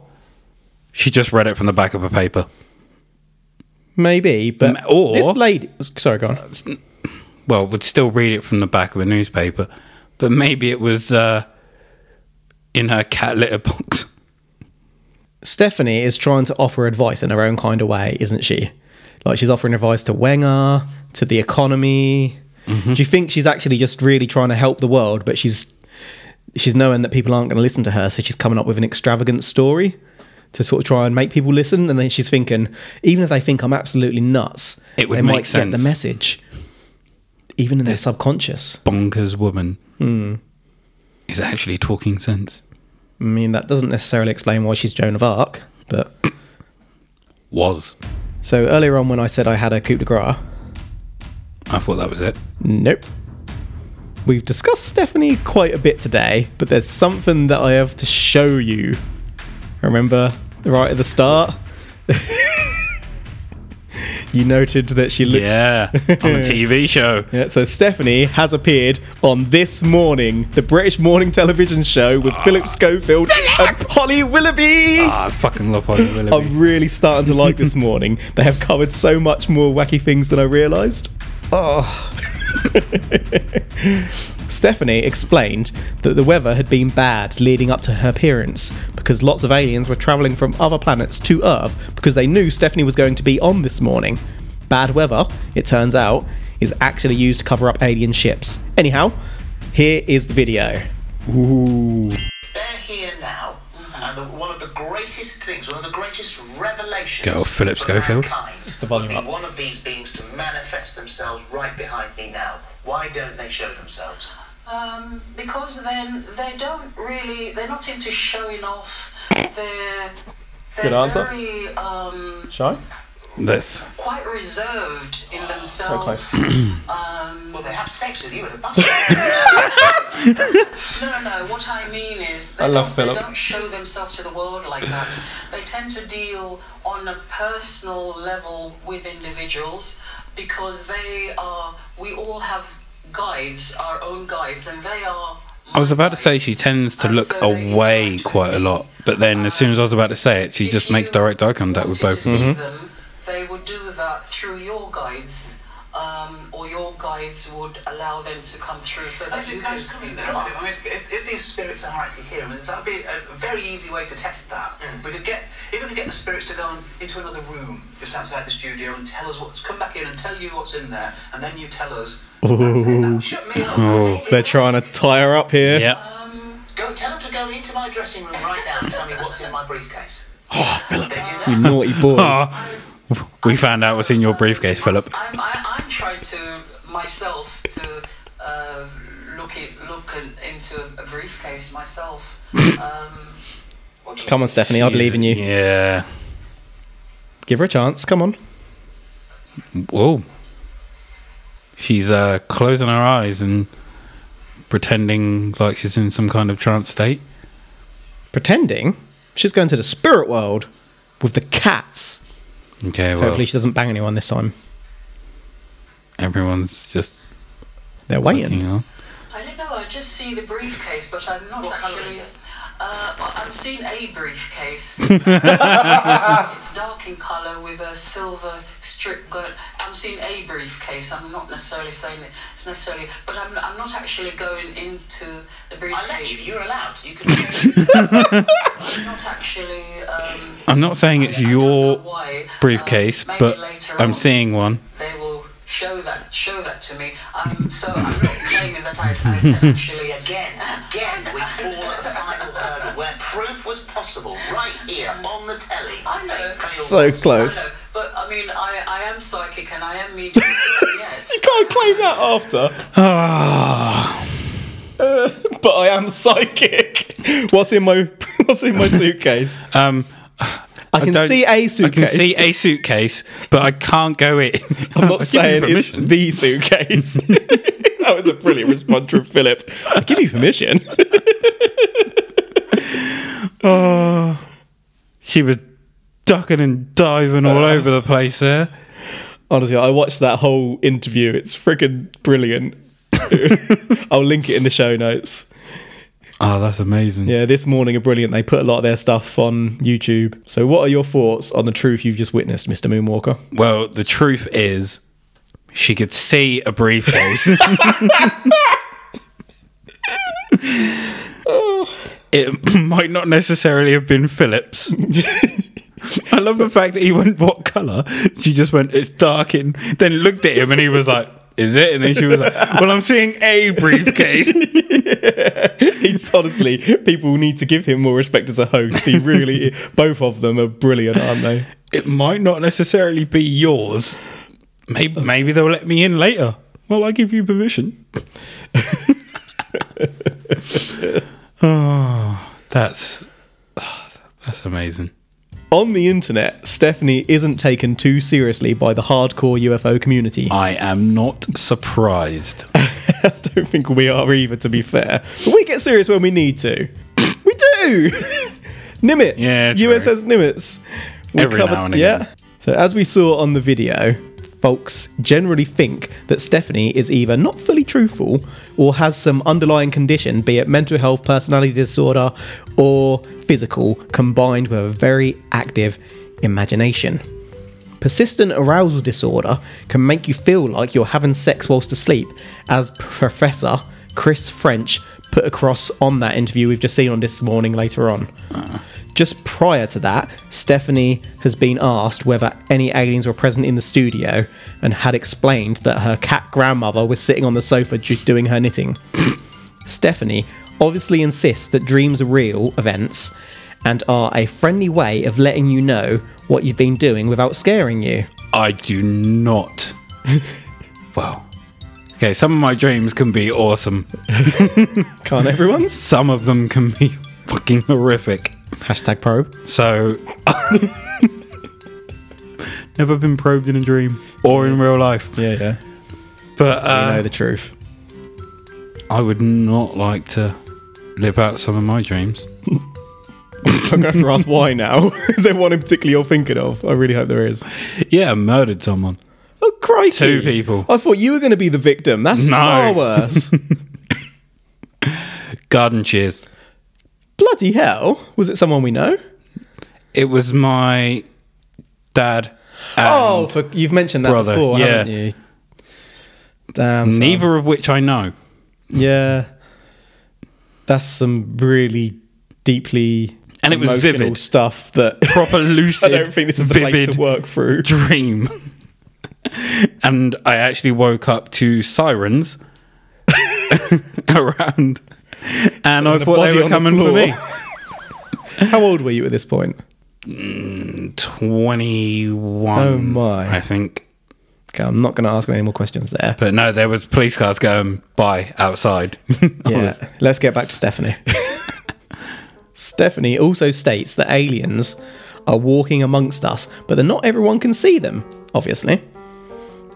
B: she just read it from the back of a paper.
A: Maybe, but
B: M- or-
A: this lady. Sorry, go on.
B: well, would still read it from the back of a newspaper, but maybe it was uh, in her cat litter box.
A: Stephanie is trying to offer advice in her own kind of way, isn't she? Like she's offering advice to Wenger, to the economy.
B: Mm-hmm.
A: Do you think she's actually just really trying to help the world, but she's she's knowing that people aren't going to listen to her, so she's coming up with an extravagant story to sort of try and make people listen, and then she's thinking, even if they think I'm absolutely nuts,
B: It would
A: they
B: make
A: might get the
B: sense.
A: message, even in their subconscious.
B: Bonkers woman is actually talking sense.
A: I mean, that doesn't necessarily explain why she's Joan of Arc, but.
B: Was.
A: So earlier on, when I said I had a coup de grace,
B: I thought that was it.
A: nope. We've discussed Stephanie quite a bit today, but there's something that I have to show you. Remember, right at the start, you noted that she looked.
B: Yeah, on a TV show.
A: Yeah, so Stephanie has appeared on This Morning, the British morning television show with Philip Schofield and Polly Willoughby.
B: Ah, I fucking love Holly Willoughby.
A: I'm really starting to like this morning. They have covered so much more wacky things than I realised. Oh. Stephanie explained that the weather had been bad leading up to her appearance because lots of aliens were travelling from other planets to Earth because they knew Stephanie was going to be on this morning. Bad weather, it turns out, is actually used to cover up alien ships. Anyhow, here is the video.
C: They're here now, and the, one of the greatest things, one of the greatest revelations.
B: Go, Philip
C: for
B: Schofield.
C: mankind
A: the volume
C: would be
A: up.
C: One of these beings to manifest themselves right behind me now. Why don't they show themselves?
D: Um, because then they don't really, they're not into showing off. They're, they're
A: Good answer.
D: very um,
A: Shine?
B: This.
D: quite reserved in themselves.
A: close.
C: Well, they have sex with you in a bus.
D: no, no, no. What I mean is they,
A: I love
D: don't, they
A: Philip.
D: don't show themselves to the world like that. They tend to deal on a personal level with individuals because they are, we all have guides, our own guides, and they are.
B: I was about to say she tends to
D: And
B: look
D: so they
B: away
D: interact with
B: quite a
D: me.
B: lot, but then as soon as I was about to say it, she
D: If
B: just makes
D: you
B: direct eye contact with
D: wanted
B: both.
D: to see them, they would do that through your guides, um, or your guides would allow them to come through so
C: Oh,
D: that you can see them.
C: I mean, if, if these spirits are actually here, I mean, that'd be a very easy way to test that. We could get, even could get the spirits to go on into another room just outside the studio and tell us what's. Come back in and tell you what's in there, and then you tell us. That's it, that would shut me up.
A: They're trying to tie her up here.
B: Yeah.
C: Go tell them to go into my dressing room right now and tell me what's in my briefcase. Oh, Philip. They do that.
A: You naughty boy.
B: We found out what's in your briefcase, Philip.
D: I'm, I, I'm trying to myself to uh, look it, look in, into a briefcase myself. Um,
A: Come on, Stephanie, I believe in you.
B: Yeah.
A: Give her a chance. Come on.
B: Whoa. She's uh, closing her eyes and pretending like she's in some kind of trance state.
A: Pretending she's going to the spirit world with the cats.
B: Okay, well,
A: Hopefully, she doesn't bang anyone this time.
B: everyone's just
A: They're
B: looking
A: waiting.
B: on.
D: I don't know. I just see the briefcase, but I'm not
C: What
D: actually.
C: colour is it?
D: Uh, I- I'm seeing a briefcase. it's dark in colour with a silver strip. Go- I'm seeing a briefcase. I'm not necessarily saying that it's necessarily, but I'm, I'm not actually going into the
C: I let you.
D: briefcase.
C: You're allowed. You can.
D: I'm not actually. Um,
B: I'm not saying it's
D: I don't know
B: your
D: why.
B: briefcase,
D: Um, maybe
B: but
D: later
B: I'm
D: on
B: seeing one.
D: They will show that show that to me. Um, so I'm not claiming that I, I can actually.
C: again, again, we fall at the final hurdle where proof was possible right here on the telly.
D: I know.
A: So
D: I know,
A: close.
D: but I mean, I, I am psychic and I am medium. yes.
A: Can't claim that after.
B: Ah,
A: But I am psychic. What's in my What's in my suitcase?
B: um,
A: I can
B: don't-
A: see a
B: I can
A: suitcase.
B: see a suitcase, but I can't go in.
A: I'm not saying it's the suitcase. that was a brilliant response from Philip. I give you permission.
B: She was ducking and diving all
A: Uh,
B: over the place there.
A: Honestly, I watched that whole interview. It's freaking brilliant. I'll link it in the show notes.
B: Oh, that's amazing.
A: Yeah, this morning are brilliant. They put a lot of their stuff on YouTube. So, what are your thoughts on the truth you've just witnessed, Mr. Moonwalker?
B: Well, the truth is, she could see a briefcase. it might not necessarily have been Phillips. I love the fact that he went, What colour? She just went, It's dark in. Then looked at him and he was like, Is it? And then she was like, Well, I'm seeing a briefcase.
A: He's honestly, people need to give him more respect as a host. He really, both of them are brilliant, aren't they?
B: it might not necessarily be yours. Maybe, maybe they'll let me in later. Well, I give you permission. oh, that's ah, that's amazing.
A: On the internet, Stephanie isn't taken too seriously by the hardcore UFO community.
B: I am not surprised.
A: I don't think we are either, to be fair. But we get serious when we need to. we do! Nimitz!
B: Yeah, true.
A: USS Nimitz. We
B: Every now and again.
A: Yeah. So, as we saw on the video, folks generally think that Stephanie is either not fully truthful or has some underlying condition, be it mental health, personality disorder, or physical, combined with a very active imagination. Persistent arousal disorder can make you feel like you're having sex whilst asleep, as Professor Chris French put across on that interview we've just seen on this morning later on.
B: Uh-huh.
A: Just prior to that, Stephanie has been asked whether any aliens were present in the studio and had explained that her cat grandmother was sitting on the sofa ju- doing her knitting. Stephanie obviously insists that dreams are real events and are a friendly way of letting you know what you've been doing without scaring you.
B: I do not. Well, okay. Some of my dreams can be awesome.
A: Can't everyone's?
B: Some of them can be fucking horrific.
A: Hashtag probe.
B: So, never been probed in a dream or in real life.
A: Yeah, yeah.
B: But
A: I know
B: uh,
A: the truth.
B: I would not like to live out some of my dreams.
A: I'm gonna have to ask why now. Is there one in particular you're thinking of? I really hope there is.
B: Yeah, I murdered someone.
A: Oh crikey!
B: Two people.
A: I thought you were gonna be the victim. That's
B: No.
A: far worse.
B: Garden cheers.
A: Bloody hell! Was it someone we know?
B: Um, It was my dad.
A: oh, for, you've mentioned that
B: brother,
A: before,
B: yeah.
A: haven't you? Damn. son.
B: Neither of which I know.
A: Yeah, that's some really deeply
B: And it was
A: emotional
B: vivid.
A: stuff that
B: Proper lucid.
A: I don't think this is the place
B: vivid
A: to work through.
B: dream. and I actually woke up to sirens around, and, I
A: a
B: thought
A: body
B: they
A: on
B: were
A: the
B: coming for
A: floor.
B: me.
A: How old were you at this point?
B: Twenty-one.
A: Oh my.
B: I think.
A: Okay, I'm not going to ask any more questions there.
B: But no, there was police cars going by outside.
A: Yeah, let's get back to Stephanie. Stephanie also states that aliens are walking amongst us, but that not everyone can see them, obviously.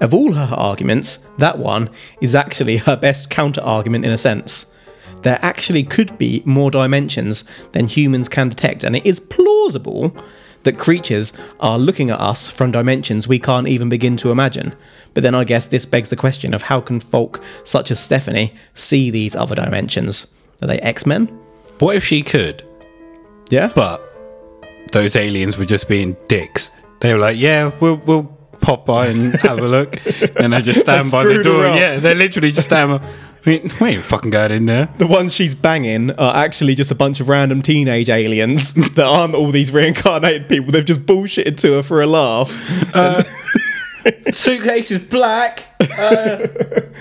A: Of all her arguments, that one is actually her best counter argument in a sense. There actually could be more dimensions than humans can detect, and it is plausible that creatures are looking at us from dimensions we can't even begin to imagine. But then I guess this begs the question of how can folk such as Stephanie see these other dimensions? Are they X Men?
B: What if she could?
A: Yeah.
B: But those aliens were just being dicks. They were like, "Yeah, we'll we'll pop by and have a look. And they just stand by the
A: screwed her
B: door.
A: up.
B: Yeah, they literally just stand by. We ain't, we ain't fucking going in there.
A: The ones she's banging are actually just a bunch of random teenage aliens that aren't all these reincarnated people. They've just bullshitted to her for a laugh.
B: Suitcase is black. Uh,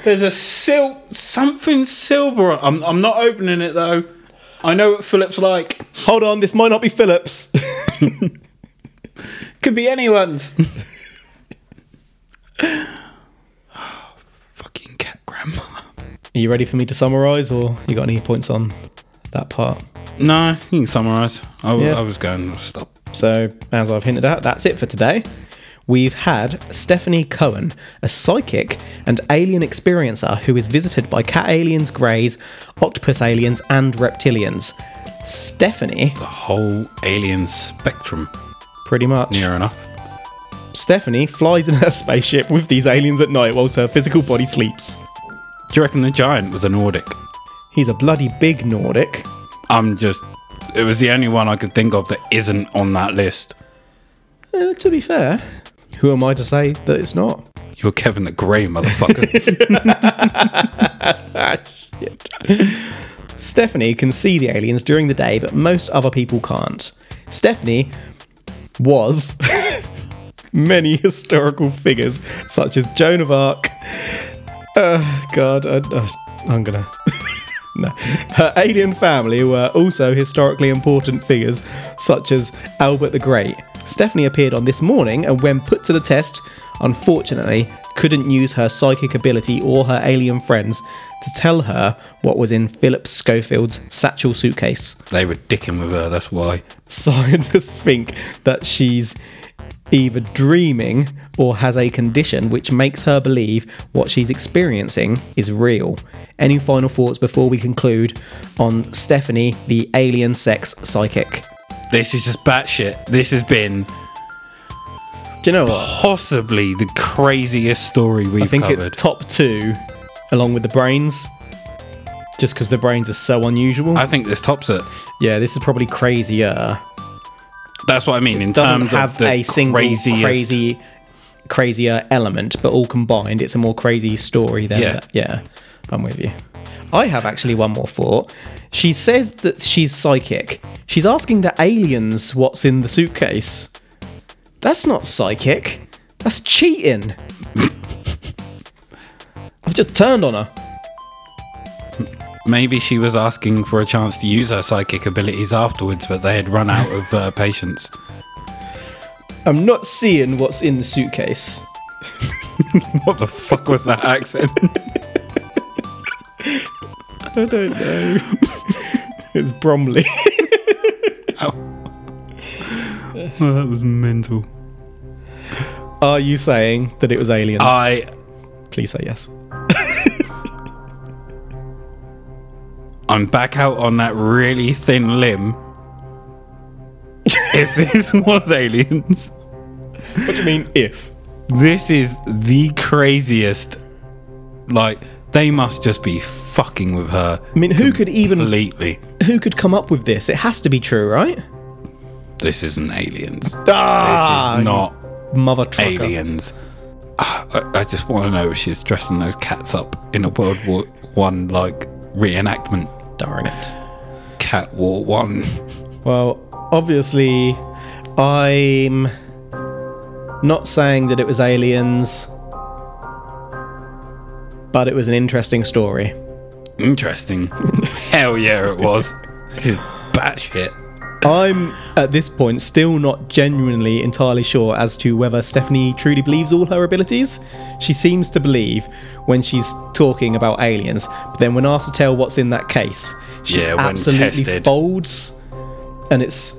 B: there's a sil something silver. I'm I'm not opening it though. I know what Philip's like.
A: Hold on, this might not be Phillips.
B: Could be anyone's. fucking cat grandma.
A: Are you ready for me to summarise, or you got any points on that part?
B: No, you can summarise. I, w-
A: Yeah.
B: I was going to stop.
A: So, as I've hinted at, that's it for today. We've had Stephanie Cohen, a psychic and alien experiencer who is visited by cat aliens, greys, octopus aliens, and reptilians. Stephanie,
B: The whole alien spectrum,
A: pretty much.
B: near enough.
A: Stephanie flies in her spaceship with these aliens at night whilst her physical body sleeps.
B: Do you reckon the giant was a Nordic?
A: He's a bloody big Nordic.
B: I'm just. It was the only one I could think of that isn't on that list.
A: Uh, to be fair, who am I to say that it's not?
B: You're Kevin the Grey, motherfucker.
A: Shit. Stephanie can see the aliens during the day, but most other people can't. Stephanie was many historical figures, such as Joan of Arc. Uh, God, I, I, I'm gonna. no. Her alien family were also historically important figures, such as Albert the Great. Stephanie appeared on This Morning and, when put to the test, unfortunately, couldn't use her psychic ability or her alien friends to tell her what was in Philip Schofield's satchel suitcase
B: they were dicking with her, that's why.
A: scientists think that she's either dreaming or has a condition which makes her believe what she's experiencing is real. Any final thoughts before we conclude on Stephanie, the alien sex psychic?
B: This is just batshit. This has been
A: Do you know what?
B: possibly the craziest story we've
A: I think
B: covered.
A: it's top two along with the brains. Just because the brains are so unusual.
B: I think this tops it.
A: yeah, this is probably crazier.
B: That's what I mean in
A: doesn't
B: terms of
A: have
B: the
A: a single
B: craziest.
A: crazy crazier element, but all combined, it's a more crazy story than
B: Yeah.
A: that. Yeah, I'm with you. I have actually one more thought. She says that she's psychic. She's asking the aliens what's in the suitcase. That's not psychic. That's cheating. I've just turned on her.
B: Maybe she was asking for a chance to use her psychic abilities afterwards, but they had run out of uh, patience.
A: I'm not seeing what's in the suitcase.
B: What the fuck was that accent?
A: I don't know. it's Bromley.
B: well, that was mental.
A: Are you saying that it was aliens?
B: I
A: Please say yes.
B: I'm back out on that really thin limb. if this was aliens,
A: What do you mean if?
B: this is the craziest. Like they must just be fucking with her
A: I mean, who could even
B: completely.
A: who could come up with this? It has to be true, right?
B: This isn't aliens. This
A: Ah,
B: is not
A: mother trucker.
B: aliens. Ah, I, I just want to know if she's dressing those cats up in a World War One like reenactment.
A: Darn it.
B: Cat War One.
A: Well, obviously, I'm not saying that it was aliens, but it was an interesting story.
B: Interesting. Hell yeah, it was. This is batshit.
A: I'm at this point still not genuinely entirely sure as to whether Stephanie truly believes all her abilities. She seems to believe when she's talking about aliens, but then when asked to tell what's in that case, she
B: Yeah, when
A: absolutely
B: tested.
A: folds, and it's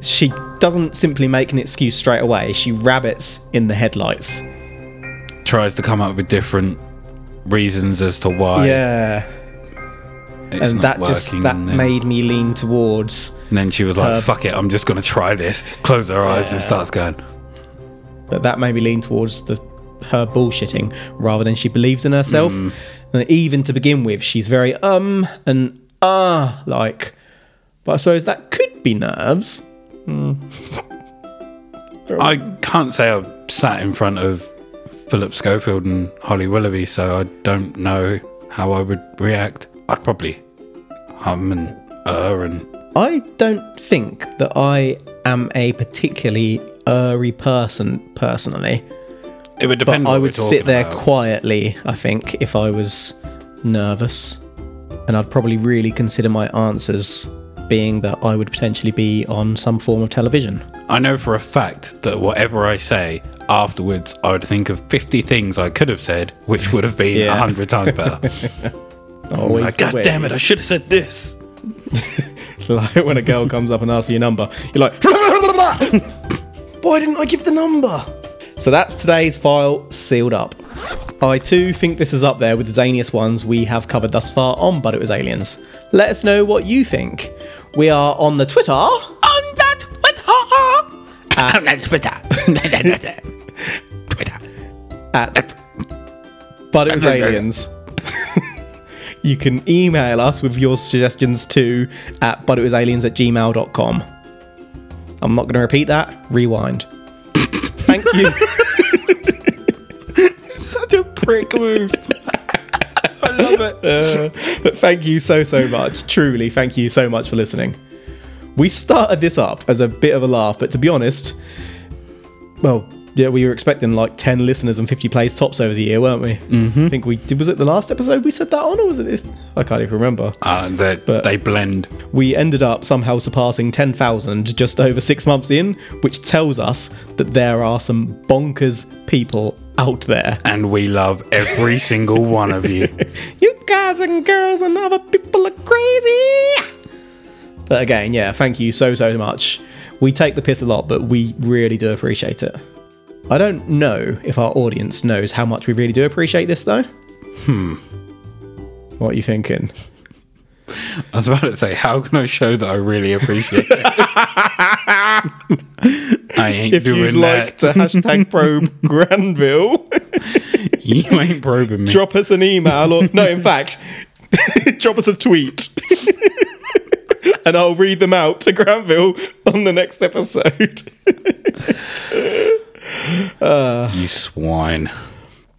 A: she doesn't simply make an excuse straight away. She rabbits in the headlights.
B: tries to come up with different reasons as to why
A: Yeah,
B: it's
A: and
B: not
A: that
B: working.
A: just that
B: and, then,
A: made me lean towards.
B: and then she was like, "Fuck it, I'm just gonna try this." Close her eyes and starts going.
A: but that made me lean towards the her bullshitting rather than she believes in herself.
B: Mm.
A: And even to begin with, she's very um and ah like. But I suppose that could be nerves.
B: I can't say I've sat in front of Philip Schofield and Holly Willoughby, so I don't know how I would react. I'd probably hum and er and
A: I don't think that I am a particularly eerie person personally,
B: it would depend.
A: but
B: what
A: I
B: we're
A: would sit
B: talking
A: there
B: about.
A: quietly. I think if I was nervous, and I'd probably really consider my answers being that I would potentially be on some form of television.
B: I know for a fact that whatever I say afterwards, I would think of 50 things I could have said, which would have been a
A: Yeah.
B: 100 times better.
A: Always
B: like,
A: the
B: God
A: way."
B: damn it, I should have said this.
A: like when a girl comes up and asks for your number, you're like, why didn't I give the number? So that's today's file sealed up. I too think this is up there with the zaniest ones we have covered thus far on But It Was Aliens. Let us know what you think. We are on the Twitter.
B: On that Twitter! on that Twitter. Twitter.
A: But it was
B: Okay.
A: aliens. you can email us with your suggestions too at butitwasaliens at gmail.com. I'm not going to repeat that. Rewind. Thank you.
B: Such a prick move. I love it.
A: Uh, But thank you so, so much. Truly, thank you so much for listening. We started this up as a bit of a laugh, but to be honest, well, yeah, we were expecting like 10 listeners and 50 plays tops over the year, weren't we?
B: Mm.
A: Mm-hmm. I think we did. Was it the last episode we said that on, or was it this? I can't even remember.
B: Uh, they- they blend.
A: we ended up somehow surpassing 10,000 just over six months in, which tells us that there are some bonkers people out there.
B: And we love every single one of you.
A: You guys and girls and other people are crazy! But again, yeah, thank you so, so much. We take the piss a lot, but we really do appreciate it. I don't know if our audience knows how much we really do appreciate this, though. Hmm. What are you thinking?
B: I was about to say, how can I show that I really appreciate it? I ain't
A: If
B: doing
A: you'd like to
B: that.
A: hashtag probe Granville.
B: You ain't probing me.
A: drop us an email or no in fact drop us a tweet and i'll read them out to granville on the next episode
B: You swine.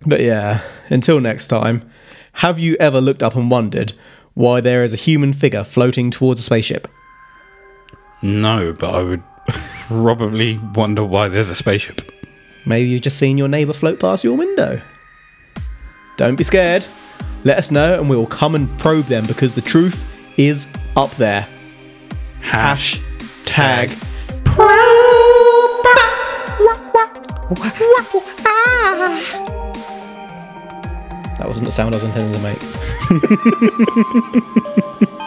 A: but yeah until next time have you ever looked up and wondered why there is a human figure floating towards a spaceship
B: No, but I would probably wonder why there's a spaceship.
A: maybe you've just seen your neighbour float past your window don't be scared let us know and we will come and probe them because the truth is up there
B: Hash.
A: tag That wasn't the sound I was intending to make.